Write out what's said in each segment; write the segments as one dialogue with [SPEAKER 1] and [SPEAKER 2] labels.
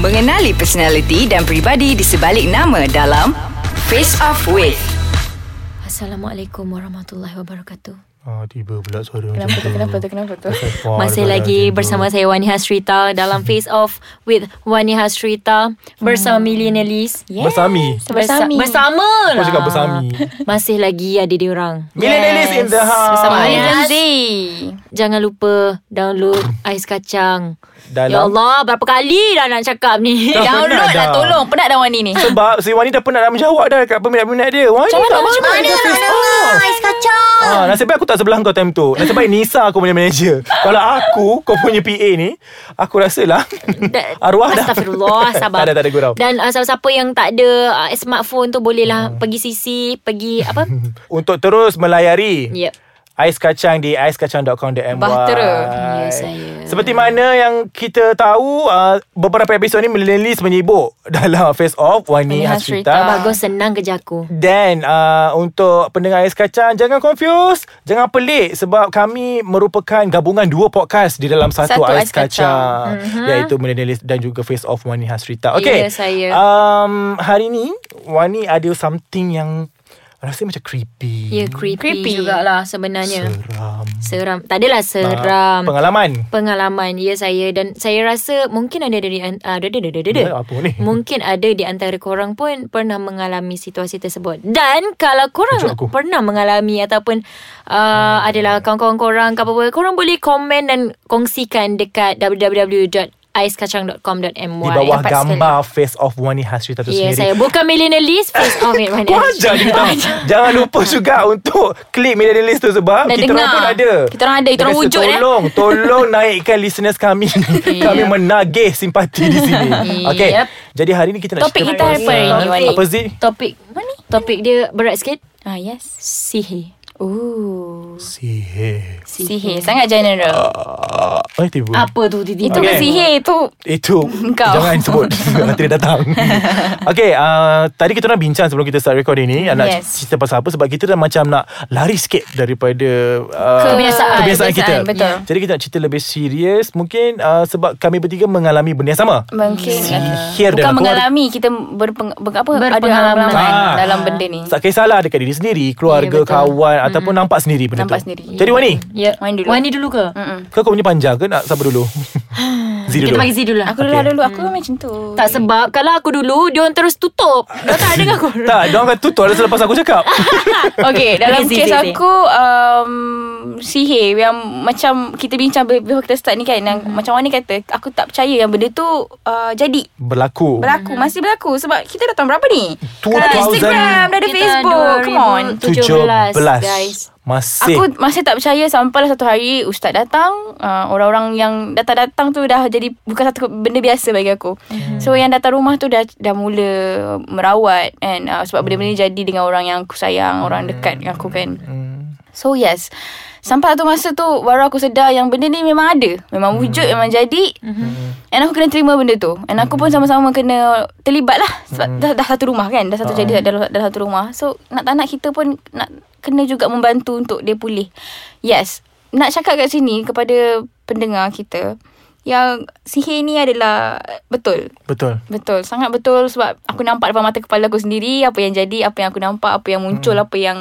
[SPEAKER 1] Mengenali personaliti dan pribadi di sebalik nama dalam Face Off With.
[SPEAKER 2] Assalamualaikum warahmatullahi wabarakatuh.
[SPEAKER 3] Ah, tiba pula suara
[SPEAKER 4] Kenapa
[SPEAKER 3] macam
[SPEAKER 4] tu, kenapa tu, kenapa tu?
[SPEAKER 3] Wah,
[SPEAKER 2] Masih
[SPEAKER 3] daripada
[SPEAKER 2] lagi
[SPEAKER 3] tiba.
[SPEAKER 2] bersama saya Wani Hasrita dalam Face Off with Wani Hasrita bersama Millenialis.
[SPEAKER 4] Yes.
[SPEAKER 3] Bersami.
[SPEAKER 2] Bersa-
[SPEAKER 4] Bersami.
[SPEAKER 2] Bersama lah.
[SPEAKER 3] Kau cakap bersami.
[SPEAKER 2] Masih lagi ada dia orang.
[SPEAKER 3] Millennialis in the house. Ya
[SPEAKER 4] Bersama
[SPEAKER 2] Yes.
[SPEAKER 4] Aizan Z.
[SPEAKER 2] Jangan lupa download Ais Kacang.
[SPEAKER 3] Dalam
[SPEAKER 2] Ya Allah, berapa kali dah nak cakap ni?
[SPEAKER 3] Dah
[SPEAKER 4] Download
[SPEAKER 3] penat
[SPEAKER 4] lah
[SPEAKER 3] dah.
[SPEAKER 4] tolong. Penat dah Wani ni.
[SPEAKER 3] Sebab si Wani dah pernah dah menjawab dah Kat peminat-peminat dia Wani
[SPEAKER 4] Macam
[SPEAKER 3] tak
[SPEAKER 4] mana, macam
[SPEAKER 3] mana
[SPEAKER 4] mana
[SPEAKER 3] dia
[SPEAKER 4] nak
[SPEAKER 3] face off.
[SPEAKER 2] Ais Kacang.
[SPEAKER 3] Ah, nasib baik aku tak sebelah kau time tu Nasib baik Nisa aku punya manager Kalau aku Kau punya PA ni Aku rasalah Arwah dah
[SPEAKER 2] Astagfirullah sabar
[SPEAKER 3] Tak ada tak ada gurau
[SPEAKER 2] Dan uh, siapa-siapa yang tak ada uh, smartphone tu Bolehlah
[SPEAKER 3] Hmm.
[SPEAKER 2] pergi sisi Pergi apa
[SPEAKER 3] Untuk terus melayari
[SPEAKER 2] Yep
[SPEAKER 3] Ais kacang di aiskacang.com.my
[SPEAKER 4] Bahtera.
[SPEAKER 2] Ya, saya.
[SPEAKER 3] Seperti mana yang kita tahu uh, Beberapa episod ni Millennialis menyibuk Dalam Face Off Wani
[SPEAKER 4] Wani
[SPEAKER 3] Hasrita
[SPEAKER 4] Hasrita.
[SPEAKER 2] Bagus senang kerja aku
[SPEAKER 3] Dan uh, untuk pendengar Ais Kacang Jangan confused Jangan pelik Sebab kami merupakan gabungan dua podcast Di dalam satu,
[SPEAKER 4] Satu
[SPEAKER 3] Ais
[SPEAKER 4] Ais
[SPEAKER 3] Kacang,
[SPEAKER 4] Kacang.
[SPEAKER 3] Mm-hmm. Iaitu Millennialist dan juga Face Off Wani Hasrita Okay
[SPEAKER 2] Ya, saya.
[SPEAKER 3] um, Hari ni Wani ada something yang Rasa macam Hmm. creepy
[SPEAKER 2] Ya creepy,
[SPEAKER 4] Creepy.
[SPEAKER 2] jugalah
[SPEAKER 4] Ya.
[SPEAKER 2] sebenarnya
[SPEAKER 3] Seram
[SPEAKER 2] Seram Tak adalah seram
[SPEAKER 3] Pengalaman
[SPEAKER 2] Pengalaman Ya saya Dan saya rasa Mungkin ada dari an- ah, Ada ada ada ada
[SPEAKER 3] Ya, apa ni?
[SPEAKER 2] Mungkin ada di antara korang pun Pernah mengalami situasi tersebut Dan kalau korang
[SPEAKER 3] Tunjuk aku. Hmm.
[SPEAKER 2] Pernah mengalami Ataupun uh, Adalah kawan-kawan korang ke apa-apa Korang boleh komen dan Kongsikan dekat www.aiskacang.com.my
[SPEAKER 3] Di bawah
[SPEAKER 4] Dapat
[SPEAKER 3] gambar face of Wani Hasrita tu
[SPEAKER 2] Ya
[SPEAKER 3] sendiri
[SPEAKER 2] saya Bukan millennialist Face of it
[SPEAKER 3] Kau ajar dia tahu. Jangan lupa juga untuk klik media list tu sebab
[SPEAKER 4] Dan
[SPEAKER 3] kita orang
[SPEAKER 4] dengar.
[SPEAKER 3] pun ada.
[SPEAKER 4] Kita orang ada, kita orang
[SPEAKER 3] Dia
[SPEAKER 4] wujud, eh. Ya.
[SPEAKER 3] Tolong, tolong naikkan listeners kami. kami menagih simpati di sini. Okay.
[SPEAKER 4] Yep.
[SPEAKER 3] Jadi hari ni kita nak
[SPEAKER 4] Topik
[SPEAKER 3] cerita
[SPEAKER 4] kita hari
[SPEAKER 3] pasal-
[SPEAKER 4] ni, Wani.
[SPEAKER 3] Apa Zee?
[SPEAKER 2] Topik Mana? Topik dia berat sikit
[SPEAKER 4] Ah, yes.
[SPEAKER 2] Sihir
[SPEAKER 4] Ooh.
[SPEAKER 3] Sihir.
[SPEAKER 4] Sihir. Sangat general.
[SPEAKER 3] Eh, tiba.
[SPEAKER 2] Apa tu
[SPEAKER 4] Itu
[SPEAKER 2] tiba-tiba
[SPEAKER 3] Okay.
[SPEAKER 4] okay. sihir tu.
[SPEAKER 3] Itu
[SPEAKER 4] Kau.
[SPEAKER 3] Jangan sebut Nanti dia datang Okay uh, Tadi kita orang bincang Sebelum kita start recording ni yes. Nak
[SPEAKER 4] Yes.
[SPEAKER 3] cerita pasal apa Sebab kita dah macam nak Lari sikit daripada uh,
[SPEAKER 4] Kebiasaan.
[SPEAKER 3] Kebiasaan kita
[SPEAKER 4] Kebiasaan, betul.
[SPEAKER 3] Jadi kita nak cerita lebih serius Mungkin uh, Sebab kami bertiga Mengalami benda yang sama
[SPEAKER 4] Mungkin. uh,
[SPEAKER 3] Sihir
[SPEAKER 4] Bukan
[SPEAKER 3] dalam
[SPEAKER 4] mengalami. Kita berpeng, ber, apa, ada
[SPEAKER 2] Berpengalaman.
[SPEAKER 4] pengalaman
[SPEAKER 3] Ah.
[SPEAKER 4] dalam benda ni.
[SPEAKER 3] Tak kisahlah dekat diri sendiri
[SPEAKER 2] Ya,
[SPEAKER 3] Keluarga,
[SPEAKER 2] betul.
[SPEAKER 3] kawan Ataupun nampak sendiri benda
[SPEAKER 4] Nampak
[SPEAKER 3] tu
[SPEAKER 4] sendiri.
[SPEAKER 3] Jadi Wani
[SPEAKER 2] Ya
[SPEAKER 4] Wani dulu.
[SPEAKER 2] Wani dulu ke?
[SPEAKER 4] Mm-mm.
[SPEAKER 3] Kau kau punya panjang ke Nak sabar dulu Zee
[SPEAKER 2] Kita
[SPEAKER 3] dulu
[SPEAKER 2] panggil Z dulu lah
[SPEAKER 4] Aku dulu lah dulu. Aku macam tu.
[SPEAKER 2] Tak sebab Kalau aku dulu Dia orang terus tutup Dia tak dengar aku
[SPEAKER 3] Tak Diorang akan tutup lah Selepas aku cakap
[SPEAKER 4] Okay Dalam
[SPEAKER 2] Zee,
[SPEAKER 4] kes
[SPEAKER 2] Zee, Zee.
[SPEAKER 4] aku um, Sihir Yang macam Kita bincang be- Before kita start ni kan yang, Macam Wani kata Aku tak percaya Yang benda tu uh, Jadi
[SPEAKER 3] Berlaku
[SPEAKER 4] Berlaku Masih berlaku Sebab kita dah tahun berapa ni Dah ada
[SPEAKER 3] 2000.
[SPEAKER 4] Instagram Dah ada
[SPEAKER 2] Kita
[SPEAKER 4] Facebook Come on
[SPEAKER 2] 2017,
[SPEAKER 3] 17,
[SPEAKER 2] guys.
[SPEAKER 3] Masih
[SPEAKER 4] Aku masih tak percaya Sampailah satu hari Ustaz datang uh, Orang-orang yang Datang-datang tu Dah jadi Bukan satu benda biasa bagi aku So yang datang rumah tu Dah dah mula Merawat And uh, Sebab benda-benda ni jadi Dengan orang yang aku sayang Orang dekat dengan aku kan
[SPEAKER 3] Hmm,
[SPEAKER 4] So yes Sampai satu masa tu Baru aku sedar Yang benda ni memang ada Memang wujud Memang jadi And aku kena terima benda tu And aku pun sama-sama kena Terlibat lah Sebab dah, dah satu rumah kan Dah satu jadi dalam, dalam satu rumah So nak tak nak kita pun Nak kena juga membantu Untuk dia pulih Yes Nak cakap kat sini Kepada pendengar kita Yang sihir ni adalah Betul
[SPEAKER 3] Betul
[SPEAKER 4] Betul, sangat betul sebab aku nampak depan mata kepala aku sendiri apa yang jadi, apa yang aku nampak, apa yang muncul, hmm. apa yang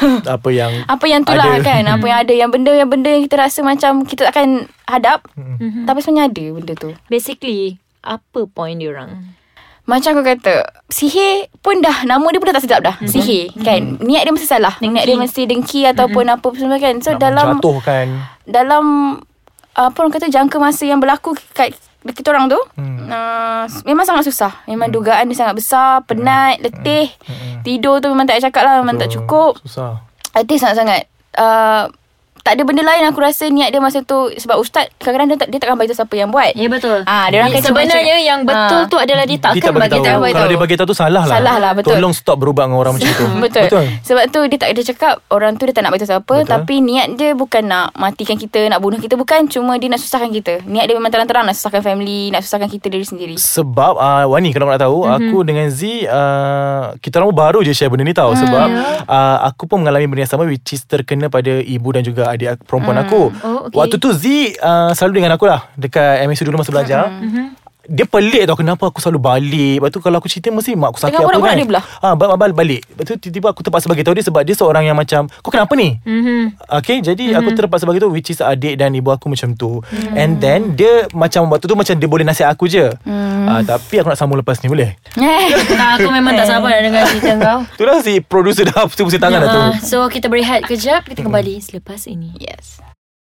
[SPEAKER 3] Apa yang
[SPEAKER 4] apa yang tu lah
[SPEAKER 3] Ada.
[SPEAKER 4] kan, apa yang ada, yang benda yang benda yang kita rasa macam kita akan hadap, hmm. tapi sebenarnya ada benda tu.
[SPEAKER 2] Basically Apa point dia orang
[SPEAKER 4] Macam aku kata, sihir pun dah nama dia pun dah tak sedap dah. Hmm. Sihir kan. Niat dia mesti salah. Dengki. Niat dia mesti dengki ataupun hmm. apa pun semua kan. So
[SPEAKER 3] Nak
[SPEAKER 4] dalam
[SPEAKER 3] menjatuhkan
[SPEAKER 4] dalam apa orang kata jangka masa yang berlaku kat kita orang tu hmm. uh, memang sangat susah memang hmm. dugaan dia sangat besar penat hmm. letih hmm. tidur tu memang tak payah cakap lah memang tak
[SPEAKER 3] Betul.
[SPEAKER 4] cukup
[SPEAKER 3] Susah
[SPEAKER 4] letih sangat-sangat uh, tak ada benda lain aku rasa niat dia masa tu sebab ustaz kadang-kadang dia, tak, dia takkan beritahu siapa yang buat
[SPEAKER 2] Ya betul
[SPEAKER 4] Ah, dia orang
[SPEAKER 2] Ya,
[SPEAKER 4] kata
[SPEAKER 2] Sebenarnya
[SPEAKER 4] macam-
[SPEAKER 2] yang betul
[SPEAKER 4] Ah.
[SPEAKER 2] tu adalah Dia
[SPEAKER 3] dia tak
[SPEAKER 2] takkan
[SPEAKER 3] bagi tahu.
[SPEAKER 4] tak bagi
[SPEAKER 3] Kalau
[SPEAKER 4] tahu.
[SPEAKER 3] dia bagi tahu tu salah lah.
[SPEAKER 4] Salah lah, betul.
[SPEAKER 3] Tolong stop berubah dengan orang macam tu.
[SPEAKER 4] Betul.
[SPEAKER 3] Betul.
[SPEAKER 4] Betul. Sebab tu dia tak dia cakap orang tu dia tak nak beritahu siapa
[SPEAKER 3] Betul.
[SPEAKER 4] Betul. tapi niat dia bukan nak matikan kita, nak bunuh kita bukan cuma dia nak susahkan kita. Niat dia memang terang-terang nak susahkan family, nak susahkan kita diri sendiri.
[SPEAKER 3] Sebab uh, Wani kalau nak
[SPEAKER 4] Mhm.
[SPEAKER 3] tahu mm-hmm. Aku dengan Z uh, Kita orang baru je share benda ni tau mm. Sebab
[SPEAKER 4] Hmm.
[SPEAKER 3] uh, Aku pun mengalami benda yang sama Which is terkena pada Ibu dan juga adik
[SPEAKER 4] Hmm.
[SPEAKER 3] aku, perempuan mm. aku
[SPEAKER 2] Oh, okay.
[SPEAKER 3] ah,
[SPEAKER 4] Hmm.
[SPEAKER 3] Waktu tu Z uh, Selalu dengan aku lah Dekat MSU dulu masa belajar mm-hmm. dia pelik tau kenapa aku selalu balik. Lepas tu kalau aku cerita mesti mak aku sakit apa
[SPEAKER 4] Dengan borak-borak
[SPEAKER 3] kan.
[SPEAKER 4] dia pula.
[SPEAKER 3] Ah, bal- bal- balik. Lepas tu tiba-tiba aku terpaksa bagi tahu dia sebab dia seorang yang macam kau kenapa ni?
[SPEAKER 2] Mhm. Mhm.
[SPEAKER 3] Okay Jadi mm-hmm. aku terpaksa bagi tu Which is adik dan ibu aku macam tu mm. And then Dia macam Waktu tu macam Dia boleh nasihat aku je
[SPEAKER 2] Mhm.
[SPEAKER 3] mm. uh, Tapi aku nak sambung lepas ni boleh
[SPEAKER 2] Nah, aku memang Eh, tak sabar nak dengar cerita kau.
[SPEAKER 3] Itulah si producer dah Pusing-pusing tangan dah Kan tu Hmm.
[SPEAKER 2] Ah, so kita berehat kejap Kita kembali selepas ini
[SPEAKER 4] Yes.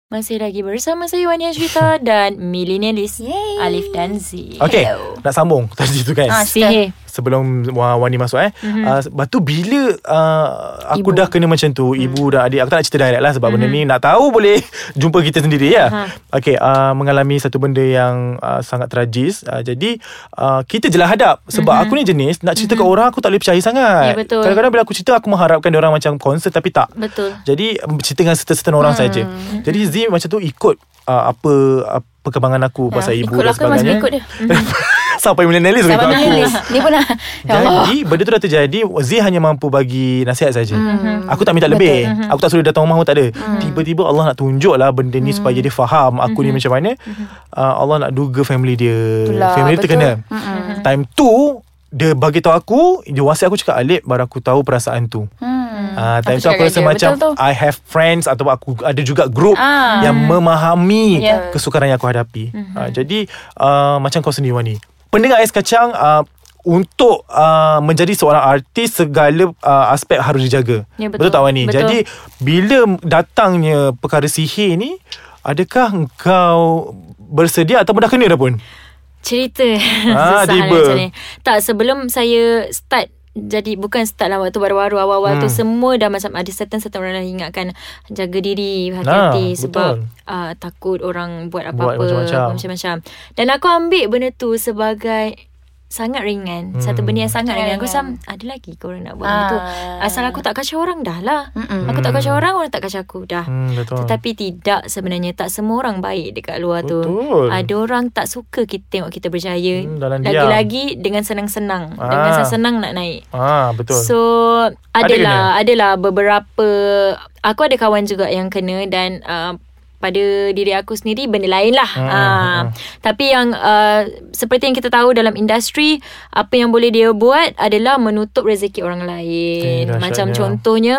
[SPEAKER 2] Masih lagi bersama saya Wania Syuita Dan Millenialis
[SPEAKER 4] Yay.
[SPEAKER 2] Alif dan Z
[SPEAKER 3] Okay
[SPEAKER 4] Hello.
[SPEAKER 3] Nak sambung Tadi tu guys
[SPEAKER 2] Ah,
[SPEAKER 3] ah,
[SPEAKER 2] sihir
[SPEAKER 3] Sebelum Wa- Wani masuk eh mm-hmm. uh, Lepas tu bila uh,
[SPEAKER 2] Mhm.
[SPEAKER 3] Aku
[SPEAKER 2] Ibu. Hmm. Mhm.
[SPEAKER 3] dah kena macam tu Ibu dan adik Aku tak nak cerita direct lah Sebab mm-hmm. benda ni Nak tahu boleh Jumpa kita sendiri ya
[SPEAKER 2] Aha.
[SPEAKER 3] Okay uh, Mengalami satu benda yang uh, Sangat tragis uh, Jadi uh, Kita je lah hadap Sebab mm-hmm. aku ni jenis Nak cerita mm-hmm. kat orang Aku tak boleh percaya sangat
[SPEAKER 2] Mhm. Ya, betul.
[SPEAKER 3] Kadang-kadang bila aku cerita Aku mengharapkan orang macam Concern tapi tak
[SPEAKER 2] Betul
[SPEAKER 3] jadi um, cerita dengan certain-certain orang hmm. saja. Jadi Z macam tu ikut uh, apa uh, perkembangan aku pasal ibu
[SPEAKER 4] Ikut
[SPEAKER 3] dan
[SPEAKER 4] lah aku
[SPEAKER 3] sebagainya.
[SPEAKER 4] masih ikut dia.
[SPEAKER 3] Sampai milenialis ikut aku.
[SPEAKER 4] Sabar nangis. Dia pun nak. Ya Allah.
[SPEAKER 3] Jadi benda tu dah terjadi Z hanya mampu bagi nasihat saja.
[SPEAKER 4] Hmm.
[SPEAKER 3] Mm-hmm. Aku tak minta lebih. Mm-hmm. Aku tak suruh datang rumah pun tak ada. Mm-hmm. Tiba-tiba Allah nak tunjuk lah benda
[SPEAKER 4] Hmm.
[SPEAKER 3] ni mm-hmm. supaya dia faham aku mm-hmm. ni macam mana. Mm-hmm. Uh, Allah nak duga family dia.
[SPEAKER 4] Itulah,
[SPEAKER 3] family dia
[SPEAKER 4] betul. Hmm.
[SPEAKER 3] terkena.
[SPEAKER 4] Mm-mm.
[SPEAKER 3] Time tu dia bagi tahu aku, dia wasiat aku cakap Alip baru aku tahu perasaan tu.
[SPEAKER 4] Hmm.
[SPEAKER 3] Ah, time
[SPEAKER 4] Aku
[SPEAKER 3] tu aku
[SPEAKER 4] cakap
[SPEAKER 3] rasa
[SPEAKER 4] dengan dia,
[SPEAKER 3] macam
[SPEAKER 4] betul tu.
[SPEAKER 3] I have friends atau aku ada juga group
[SPEAKER 4] Ah.
[SPEAKER 3] yang memahami
[SPEAKER 4] Ya. Mhm.
[SPEAKER 3] kesukaran yang aku hadapi. Ah, jadi uh, macam kau sendiri Wani. Pendengar Ais Kacang uh, untuk uh, menjadi seorang artis segala uh, aspek harus dijaga.
[SPEAKER 2] Ya, betul.
[SPEAKER 3] betul tak Wani?
[SPEAKER 2] Betul.
[SPEAKER 3] Jadi bila datangnya perkara sihir ni adakah kau bersedia atau dah kena dah pun?
[SPEAKER 2] Cerita Susah
[SPEAKER 3] Ah, tiba.
[SPEAKER 2] nak macam ni Tak sebelum saya start jadi bukan start lah waktu baru-baru awal-awal hmm. tu semua dah macam ada certain certain orang dah ingatkan jaga diri hati-hati
[SPEAKER 3] Nah,
[SPEAKER 2] sebab
[SPEAKER 3] betul.
[SPEAKER 2] uh, takut orang buat
[SPEAKER 3] Buat
[SPEAKER 2] apa-apa
[SPEAKER 3] macam-macam.
[SPEAKER 2] buat macam-macam dan aku ambil benda tu sebagai sangat ringan hmm. satu benda yang sangat ringan aku macam ada lagi korang nak buat benda tu
[SPEAKER 4] Ah.
[SPEAKER 2] asal aku tak kacau orang dah lah
[SPEAKER 4] Mm-mm.
[SPEAKER 2] aku tak kacau orang orang tak kacau aku dah
[SPEAKER 3] Hmm, betul.
[SPEAKER 2] tetapi tidak sebenarnya tak semua orang baik dekat luar
[SPEAKER 3] Betul.
[SPEAKER 2] tu. Ada orang tak suka kita tengok kita berjaya.
[SPEAKER 3] Hmm, dalam diam.
[SPEAKER 2] Lagi-lagi dengan senang-senang.
[SPEAKER 3] Ah.
[SPEAKER 2] Dengan senang-senang nak naik.
[SPEAKER 3] ah betul.
[SPEAKER 2] So adalah adalah beberapa aku ada kawan juga yang kena dan uh, pada diri aku sendiri benda lain lah. Hmm, Tapi yang uh, seperti yang kita tahu dalam industri apa yang boleh dia buat adalah menutup rezeki orang lain.
[SPEAKER 3] Eh,
[SPEAKER 2] Macam
[SPEAKER 3] dahsyatnya.
[SPEAKER 2] contohnya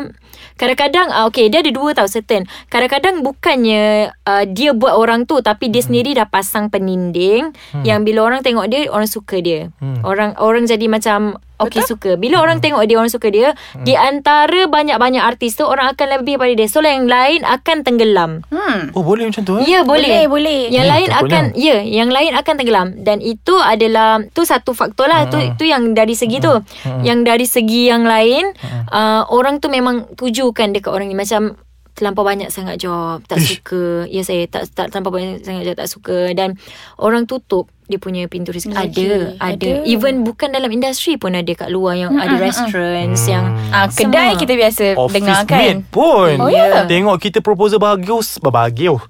[SPEAKER 2] kadang-kadang uh, okay dia ada dua tau certain. Kadang-kadang bukannya uh, dia buat orang tu tapi dia hmm. sendiri dah pasang peninding hmm. yang bila orang tengok dia orang suka dia. Hmm. Orang orang jadi macam Okay suka Bila orang tengok dia Orang suka dia Di antara banyak-banyak artis tu Orang akan lebih pada dia So yang lain akan tenggelam
[SPEAKER 4] Hmm.
[SPEAKER 3] oh boleh macam tu eh?
[SPEAKER 2] Ya boleh
[SPEAKER 4] Boleh, boleh.
[SPEAKER 2] Yang
[SPEAKER 3] Hmm,
[SPEAKER 2] lain
[SPEAKER 3] takutnya.
[SPEAKER 2] akan Ya yang lain akan tenggelam Dan itu adalah Tu satu faktor lah
[SPEAKER 3] Ah.
[SPEAKER 2] tu, tu yang dari segi tu Ah. Yang dari segi yang lain
[SPEAKER 3] Ah.
[SPEAKER 2] uh, Orang tu memang tujukan Dekat orang ni Macam terlampau banyak sangat job tak
[SPEAKER 3] Ish.
[SPEAKER 2] suka ya saya tak tak terlampau banyak sangat job tak suka dan orang tutup dia punya pintu rezeki ada,
[SPEAKER 4] Rezeki,
[SPEAKER 2] ada Mm,
[SPEAKER 4] ada.
[SPEAKER 2] even bukan dalam industri pun ada kat luar yang ada restoran
[SPEAKER 3] Mm.
[SPEAKER 2] yang
[SPEAKER 4] Ah, kedai
[SPEAKER 2] Semua.
[SPEAKER 4] kita biasa
[SPEAKER 3] Office
[SPEAKER 4] dengar kan.
[SPEAKER 3] mate pun
[SPEAKER 4] Oh, ya?
[SPEAKER 3] Tengok kita proposal bagus Bagio
[SPEAKER 2] Bagus.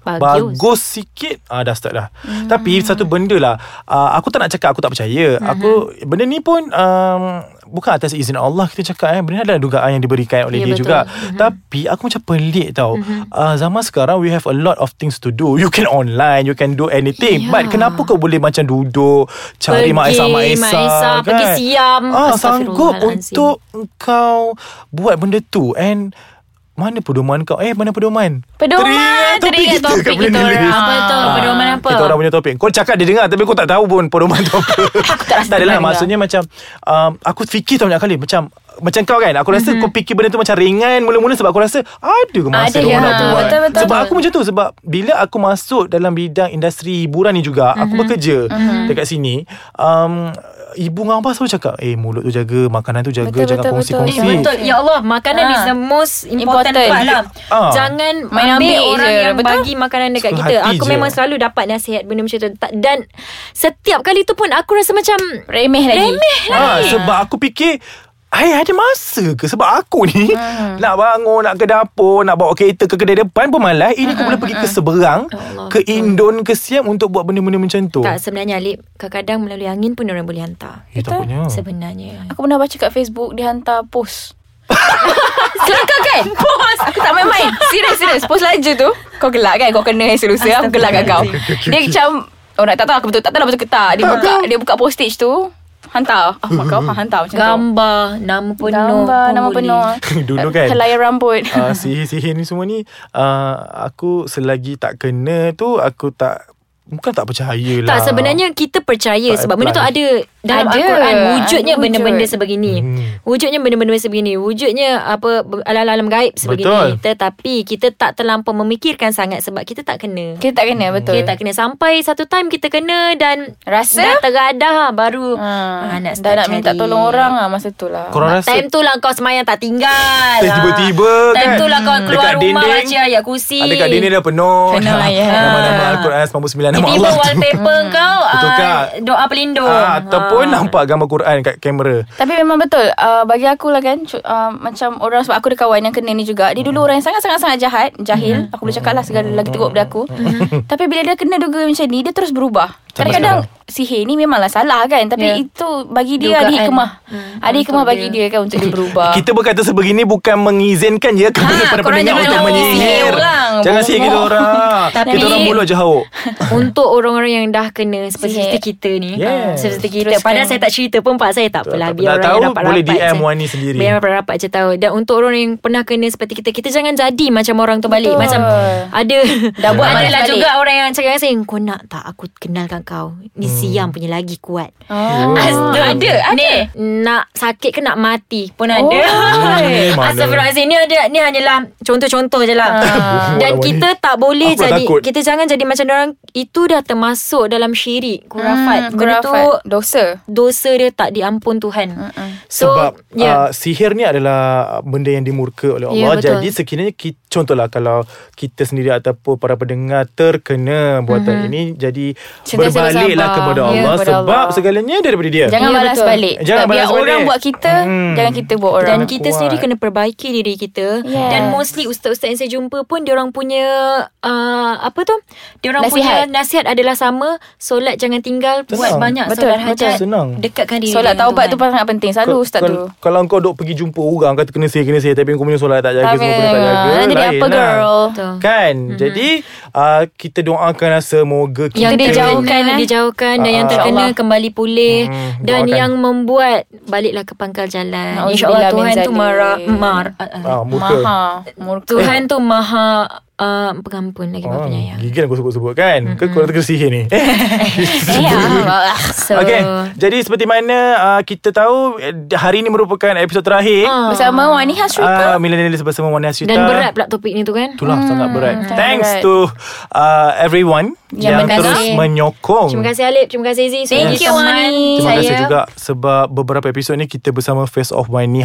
[SPEAKER 3] Bagus sikit ah, Dah start dah hmm. Tapi satu benda lah ah, Aku tak nak cakap Aku tak percaya hmm. Aku Benda ni pun um, Bukan atas izin Allah Kita cakap eh Benda ni adalah dugaan yang diberikan oleh
[SPEAKER 2] Ya,
[SPEAKER 3] dia
[SPEAKER 2] betul.
[SPEAKER 3] juga Tapi aku macam pelik tau hmm. uh, Zaman sekarang We have a lot of things to do You can online You can do anything
[SPEAKER 2] Ya.
[SPEAKER 3] But kenapa kau boleh macam duduk Cari
[SPEAKER 2] Pergi,
[SPEAKER 3] Mak Esa Mak Esa
[SPEAKER 2] Mak Esa,
[SPEAKER 3] kan?
[SPEAKER 2] pergi siam.
[SPEAKER 3] ah, Sanggup
[SPEAKER 2] Astaghfirullahalazim.
[SPEAKER 3] untuk kau buat benda tu and mana pedoman kau? Eh, mana pedoman?
[SPEAKER 4] Pedoman,
[SPEAKER 3] Teringat
[SPEAKER 4] teringat
[SPEAKER 3] kat
[SPEAKER 4] topik kita
[SPEAKER 3] benda ni.
[SPEAKER 4] orang.
[SPEAKER 2] Apa tu?
[SPEAKER 3] Ah,
[SPEAKER 2] Pedoman apa?
[SPEAKER 3] Kita orang punya topik. Kau cakap dia dengar tapi kau tak tahu pun pedoman tu apa.
[SPEAKER 4] Aku tak rasa
[SPEAKER 3] adalah.
[SPEAKER 4] dengar.
[SPEAKER 3] Maksudnya macam um, aku fikir tau banyak kali macam macam kau kan Aku rasa mm-hmm. kau fikir benda tu macam ringan Mula-mula sebab aku rasa Ada ke masa
[SPEAKER 4] Mhm. Ada,
[SPEAKER 3] dia orang
[SPEAKER 4] ya.
[SPEAKER 3] nak buat
[SPEAKER 4] Betul, betul,
[SPEAKER 3] Sebab
[SPEAKER 4] betul.
[SPEAKER 3] aku macam tu Sebab bila aku masuk Dalam bidang industri hiburan ni juga Aku
[SPEAKER 4] Mhm.
[SPEAKER 3] bekerja Dekat sini um, Ibu dengan abah selalu cakap Eh mulut tu jaga Makanan tu jaga
[SPEAKER 4] Betul,
[SPEAKER 3] Jangan
[SPEAKER 4] betul,
[SPEAKER 3] kongsi-kongsi
[SPEAKER 2] Eh, betul. Ya Allah, makanan
[SPEAKER 4] Ah.
[SPEAKER 2] is the most important,
[SPEAKER 4] Important.
[SPEAKER 2] part lah.
[SPEAKER 3] Ah.
[SPEAKER 2] Jangan
[SPEAKER 4] Main
[SPEAKER 2] ambil,
[SPEAKER 4] ambil
[SPEAKER 2] orang
[SPEAKER 4] je,
[SPEAKER 2] yang
[SPEAKER 4] betul?
[SPEAKER 2] bagi makanan dekat
[SPEAKER 3] Suka
[SPEAKER 2] kita.
[SPEAKER 3] hati
[SPEAKER 2] Aku
[SPEAKER 3] je.
[SPEAKER 2] memang selalu dapat nasihat benda macam tu. Tak- Dan setiap kali tu pun aku rasa macam
[SPEAKER 4] Remeh lagi.
[SPEAKER 2] remeh lah.
[SPEAKER 3] ha, Sebab aku fikir Hai ada masa ke Sebab aku ni hmm. Nak bangun Nak ke dapur Nak bawa kereta ke kedai depan pun malas Ini aku boleh pergi ke seberang
[SPEAKER 2] Allah,
[SPEAKER 3] Ke Indon Ke Siam Untuk buat benda-benda macam tu
[SPEAKER 2] Tak, sebenarnya Alip, kadang-kadang melalui angin pun orang boleh hantar.
[SPEAKER 3] Eh, tak punya
[SPEAKER 2] Sebenarnya.
[SPEAKER 4] Aku pernah baca kat Facebook dia hantar post. Kelakar kan? Post. Aku tak main-main. Serius, serius. Post lah je tu. Kau gelak kan? Kau kena selalu aku gelak kat kau. Dia macam Orang tak tahu aku betul tak tahu lah betul ke tak. Dia buka dia buka postage tu hantar. Ah, mak kau hantar macam tu.
[SPEAKER 2] Gambar Nama penuh
[SPEAKER 4] Gambar
[SPEAKER 2] pun
[SPEAKER 4] nama
[SPEAKER 2] boleh.
[SPEAKER 4] penuh. Eh,
[SPEAKER 3] Dulu kan?
[SPEAKER 4] Helai rambut.
[SPEAKER 3] uh, sihir-sihir ni semua ni uh, aku selagi tak kena tu aku tak bukan tak percaya lah.
[SPEAKER 2] Tak sebenarnya kita percaya
[SPEAKER 3] Tak
[SPEAKER 2] sebab benda tu
[SPEAKER 3] apply.
[SPEAKER 2] ada dalam
[SPEAKER 4] Ada.
[SPEAKER 2] Al-Quran wujudnya
[SPEAKER 4] Ada
[SPEAKER 2] benda-benda
[SPEAKER 4] wujud.
[SPEAKER 2] sebegini.
[SPEAKER 3] Hmm.
[SPEAKER 2] Wujudnya benda-benda sebegini. Wujudnya apa alam-alam gaib sebegini.
[SPEAKER 3] Betul.
[SPEAKER 2] Tetapi kita tak terlampau memikirkan sangat sebab kita tak kena.
[SPEAKER 4] Kita tak kena betul.
[SPEAKER 2] Kita tak kena sampai satu time kita kena dan
[SPEAKER 4] Rasa?
[SPEAKER 2] dah teradah baru
[SPEAKER 4] Ha,
[SPEAKER 2] ah,
[SPEAKER 4] dah
[SPEAKER 2] start
[SPEAKER 4] nak minta
[SPEAKER 2] cari.
[SPEAKER 4] tolong orang lah masa tu lah.
[SPEAKER 3] Korang rasa
[SPEAKER 2] Time tu lah kau semayang tak tinggal
[SPEAKER 3] Eh,
[SPEAKER 2] Ah.
[SPEAKER 3] tiba-tiba
[SPEAKER 2] Time
[SPEAKER 3] kan?
[SPEAKER 2] tu lah kau
[SPEAKER 3] Hmm.
[SPEAKER 2] keluar
[SPEAKER 3] Dekat
[SPEAKER 2] rumah
[SPEAKER 3] dinding,
[SPEAKER 2] Baca ayat kursi
[SPEAKER 3] ada kat dinding dah penuh.
[SPEAKER 4] Penuh, ya.
[SPEAKER 3] Nama-nama Al-Quran 99 nama
[SPEAKER 2] Tiba-tiba
[SPEAKER 3] Allah. tu.
[SPEAKER 2] wallpaper kau
[SPEAKER 3] Betul,
[SPEAKER 2] ah,
[SPEAKER 3] Kak.
[SPEAKER 2] Doa pelindung
[SPEAKER 3] Ah, ataupun nampak gambar Quran kat kamera.
[SPEAKER 4] Tapi memang betul uh, Bagi aku lah kan cu- uh, Macam orang Sebab aku ada kawan yang kena ni juga Dia
[SPEAKER 3] Mm-hmm.
[SPEAKER 4] dulu orang yang sangat-sangat-sangat jahat Jahil Aku boleh cakap lah Segala lagi teruk pada aku
[SPEAKER 3] Mm-hmm.
[SPEAKER 4] Tapi bila dia kena duga macam ni Dia terus berubah
[SPEAKER 3] Sampai
[SPEAKER 4] Kadang-kadang Sihir ni memanglah salah kan Tapi
[SPEAKER 2] Ya.
[SPEAKER 4] itu Bagi dia ada
[SPEAKER 2] Dugaan. Mm-hmm.
[SPEAKER 4] hikmah Ada hikmah
[SPEAKER 2] untuk
[SPEAKER 4] bagi
[SPEAKER 2] dia.
[SPEAKER 4] dia kan Untuk dia berubah
[SPEAKER 3] Kita berkata sebegini bukan mengizinkan ya
[SPEAKER 4] Ha,
[SPEAKER 3] kepada
[SPEAKER 2] Ah,
[SPEAKER 3] para
[SPEAKER 2] korang
[SPEAKER 3] pendengar
[SPEAKER 2] jangan
[SPEAKER 3] untuk
[SPEAKER 2] sihir
[SPEAKER 3] menyihir.
[SPEAKER 4] orang.
[SPEAKER 3] Jangan sihir kita
[SPEAKER 4] Bohong.
[SPEAKER 3] orang.
[SPEAKER 2] Tapi-
[SPEAKER 3] kita orang mulut jahat.
[SPEAKER 2] Untuk orang-orang yang dah kena Seperti
[SPEAKER 4] Sihir.
[SPEAKER 2] cerita kita ni
[SPEAKER 3] Yes.
[SPEAKER 2] Seperti kita Padahal saya tak cerita pun Pak saya tak apalah
[SPEAKER 3] tak
[SPEAKER 2] Biar
[SPEAKER 3] apa. Dah
[SPEAKER 2] orang yang
[SPEAKER 3] tahu,
[SPEAKER 2] rapat-rapat
[SPEAKER 3] boleh DM
[SPEAKER 2] je.
[SPEAKER 3] Wani sendiri.
[SPEAKER 2] Biar rapat-rapat je tahu Dan untuk orang yang pernah kena Seperti kita Kita jangan jadi macam orang tu balik
[SPEAKER 4] Betul.
[SPEAKER 2] Macam ada
[SPEAKER 4] Dah buat
[SPEAKER 2] Ada
[SPEAKER 4] malas
[SPEAKER 2] lah
[SPEAKER 4] balik.
[SPEAKER 2] juga orang yang cakap dengan saya Kau nak tak aku kenalkan kau
[SPEAKER 3] Hmm.
[SPEAKER 2] Ni siang punya lagi kuat
[SPEAKER 4] Ah. Oh,
[SPEAKER 2] Ada Ni nak sakit ke nak mati Pun ada
[SPEAKER 4] eh.
[SPEAKER 3] Oi, mana.
[SPEAKER 2] Astagfirullahaladzim Ni ada Ni hanyalah Contoh-contoh je
[SPEAKER 4] Ah.
[SPEAKER 2] lah Dan
[SPEAKER 3] Awak ni.
[SPEAKER 2] kita tak boleh
[SPEAKER 3] Aku dah
[SPEAKER 2] jadi
[SPEAKER 3] takut.
[SPEAKER 2] Kita jangan jadi macam orang Itu dah termasuk dalam syirik Kurafat
[SPEAKER 4] Hmm,
[SPEAKER 2] Benda tu
[SPEAKER 4] Kurafat Dosa
[SPEAKER 2] Dosa dia tak diampun Tuhan So ya.
[SPEAKER 3] Sebab
[SPEAKER 4] ya.
[SPEAKER 2] yeah.
[SPEAKER 3] yeah. uh, sihir ni adalah benda yang dimurka oleh
[SPEAKER 2] Ya,
[SPEAKER 3] Allah.
[SPEAKER 2] betul.
[SPEAKER 3] Jadi sekiranya kita, contohlah kalau kita sendiri ataupun para pendengar terkena buatan
[SPEAKER 4] Mhm.
[SPEAKER 3] mm-hmm. ini jadi
[SPEAKER 4] Sentiasa
[SPEAKER 3] berbaliklah
[SPEAKER 4] bersabar.
[SPEAKER 3] kepada
[SPEAKER 4] Ya,
[SPEAKER 3] Allah
[SPEAKER 4] kepada
[SPEAKER 3] sebab
[SPEAKER 4] Allah.
[SPEAKER 3] segalanya daripada dia.
[SPEAKER 4] Jangan
[SPEAKER 2] Ya,
[SPEAKER 4] balas
[SPEAKER 2] betul.
[SPEAKER 4] balik
[SPEAKER 3] Jangan
[SPEAKER 4] Sebab biar
[SPEAKER 3] balas balik.
[SPEAKER 4] orang buat kita
[SPEAKER 3] Hmm.
[SPEAKER 4] Jangan kita buat orang
[SPEAKER 2] Dan
[SPEAKER 3] Orang
[SPEAKER 2] kita
[SPEAKER 3] kuat.
[SPEAKER 2] sendiri kena perbaiki diri kita
[SPEAKER 4] Yes.
[SPEAKER 2] Dan mostly ustaz-ustaz yang saya jumpa pun Diorang punya uh, Apa tu Diorang punya
[SPEAKER 4] Nasihat.
[SPEAKER 2] nasihat adalah sama Solat jangan tinggal
[SPEAKER 3] Senang.
[SPEAKER 2] Buat banyak
[SPEAKER 4] Betul,
[SPEAKER 2] solat
[SPEAKER 4] betul.
[SPEAKER 2] hajat
[SPEAKER 3] Senang.
[SPEAKER 2] Dekatkan diri kan.
[SPEAKER 4] Solat
[SPEAKER 2] dengan
[SPEAKER 4] taubat tu
[SPEAKER 2] Tuhan.
[SPEAKER 4] sangat penting Selalu
[SPEAKER 3] Kal-
[SPEAKER 4] ustaz
[SPEAKER 3] kal-
[SPEAKER 4] tu
[SPEAKER 3] Kalau kau duk pergi jumpa orang kata kena sihir kena sihir tapi kau punya solat tak jaga semua benda tak jaga.
[SPEAKER 4] Nanti dia
[SPEAKER 3] lain
[SPEAKER 4] ya, ah, apa
[SPEAKER 3] lah.
[SPEAKER 4] girl
[SPEAKER 2] Betul. Mhm.
[SPEAKER 3] Kan? Mm-hmm. Jadi uh, kita doakanlah semoga kita
[SPEAKER 2] yang
[SPEAKER 4] dia
[SPEAKER 2] terkena,
[SPEAKER 4] jauhkan, eh?
[SPEAKER 2] dijauhkan dan
[SPEAKER 3] Ah,
[SPEAKER 2] yang terkena
[SPEAKER 4] InsyaAllah.
[SPEAKER 2] kembali pulih
[SPEAKER 3] Hmm,
[SPEAKER 2] dan
[SPEAKER 3] doakan.
[SPEAKER 2] yang membuat baliklah ke pangkal jalan.
[SPEAKER 4] Nauzubillah
[SPEAKER 2] Insya-Allah
[SPEAKER 4] min Hmm.
[SPEAKER 2] Tuhan tu
[SPEAKER 4] zalim.
[SPEAKER 2] mara mar, uh,
[SPEAKER 3] ah, muka.
[SPEAKER 4] Maha Murka
[SPEAKER 2] Tuhan tu maha uh, pengampun lagi
[SPEAKER 3] Oh.
[SPEAKER 2] ya. maha penyayang.
[SPEAKER 3] Ah, gigil aku sebut-sebut kan mm-hmm.
[SPEAKER 2] Mhm.
[SPEAKER 3] Ke korang terkesihir ni
[SPEAKER 4] Eh, ah.
[SPEAKER 2] So
[SPEAKER 3] Okay Jadi seperti mana uh, Kita tahu eh, Hari ini merupakan episod terakhir
[SPEAKER 2] Ah.
[SPEAKER 4] Bersama Wani
[SPEAKER 3] uh,
[SPEAKER 4] Hasrita
[SPEAKER 3] Millennial bersama Wana Sita
[SPEAKER 2] dan berat pula topik ni tu kan.
[SPEAKER 3] Itulah hmm, sangat berat
[SPEAKER 4] sangat
[SPEAKER 3] Thanks
[SPEAKER 4] berat.
[SPEAKER 3] to uh, Everyone
[SPEAKER 4] Yang
[SPEAKER 3] Yang,
[SPEAKER 4] berkasih.
[SPEAKER 3] terus menyokong
[SPEAKER 2] Terima kasih Alip, terima kasih Izzy.
[SPEAKER 4] Thank you, Wani.
[SPEAKER 3] Oh. Terima kasih
[SPEAKER 2] saya.
[SPEAKER 3] juga sebab beberapa episod ni kita bersama Face Off Wani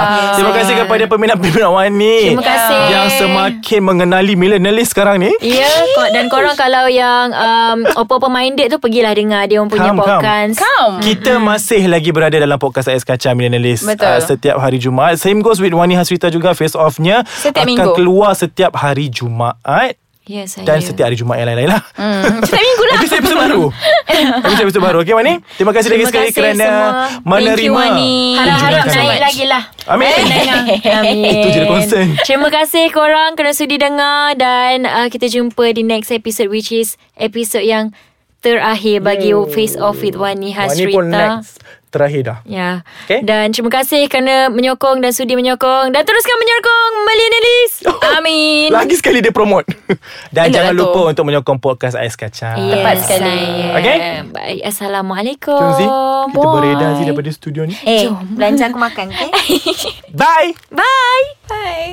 [SPEAKER 3] Hasrita. Terima kasih kepada peminat-peminat Wani.
[SPEAKER 2] Terima kasih.
[SPEAKER 3] Yang semakin mengenali millennialis sekarang ni.
[SPEAKER 2] Ya, yeah, dan korang kalau yang um, open minded tu pergilah dengar dia orang punya
[SPEAKER 3] Come, come.
[SPEAKER 2] podcast.
[SPEAKER 4] Come
[SPEAKER 3] Kita masih lagi berada dalam podcast AIS Kacang Millennialist
[SPEAKER 4] Betul.
[SPEAKER 3] uh, Setiap hari Jumaat Same goes with Wani Hasrita juga Face off-nya
[SPEAKER 4] Setiap
[SPEAKER 3] Akan
[SPEAKER 4] minggu.
[SPEAKER 3] keluar setiap hari Jumaat
[SPEAKER 2] Ya, saya.
[SPEAKER 3] Dan setiap hari Jumaat yang lain-lain lah
[SPEAKER 4] Hmm, Setiap minggu lah
[SPEAKER 3] Episode-episode baru Episode-episode baru Okay Wani Terima kasih lagi
[SPEAKER 2] Terima
[SPEAKER 3] sekali
[SPEAKER 2] kasih
[SPEAKER 3] Kerana
[SPEAKER 2] semua.
[SPEAKER 3] menerima
[SPEAKER 4] you, Wani.
[SPEAKER 2] Harap-harap
[SPEAKER 3] Tunjukkan
[SPEAKER 2] naik
[SPEAKER 3] sangat.
[SPEAKER 2] lagi lah
[SPEAKER 3] Amin.
[SPEAKER 2] Pendengar. Amin
[SPEAKER 3] Itu je dia concern.
[SPEAKER 2] Terima kasih korang Kerana sudi dengar Dan uh, kita jumpa di next episode Which is episode yang Terakhir bagi Face Off with Wani
[SPEAKER 3] Wani
[SPEAKER 2] Hasrita
[SPEAKER 3] pun next Terakhir dah
[SPEAKER 2] Ya
[SPEAKER 3] Okay.
[SPEAKER 2] Dan terima kasih kerana menyokong dan sudi menyokong Dan teruskan menyokong Millennialis
[SPEAKER 4] Amin
[SPEAKER 3] Lagi sekali dia promote Dan
[SPEAKER 4] Elok
[SPEAKER 3] jangan
[SPEAKER 4] lah tu.
[SPEAKER 3] lupa untuk menyokong podcast AIS Kacang
[SPEAKER 4] Tepat sekali.
[SPEAKER 2] saya.
[SPEAKER 3] Okay.
[SPEAKER 2] Baik Assalamualaikum
[SPEAKER 3] Jom Zee Kita
[SPEAKER 2] Bye.
[SPEAKER 3] beredar Zee daripada studio ni
[SPEAKER 2] Eh belanja aku makan okay?
[SPEAKER 3] Bye
[SPEAKER 2] Bye
[SPEAKER 4] Bye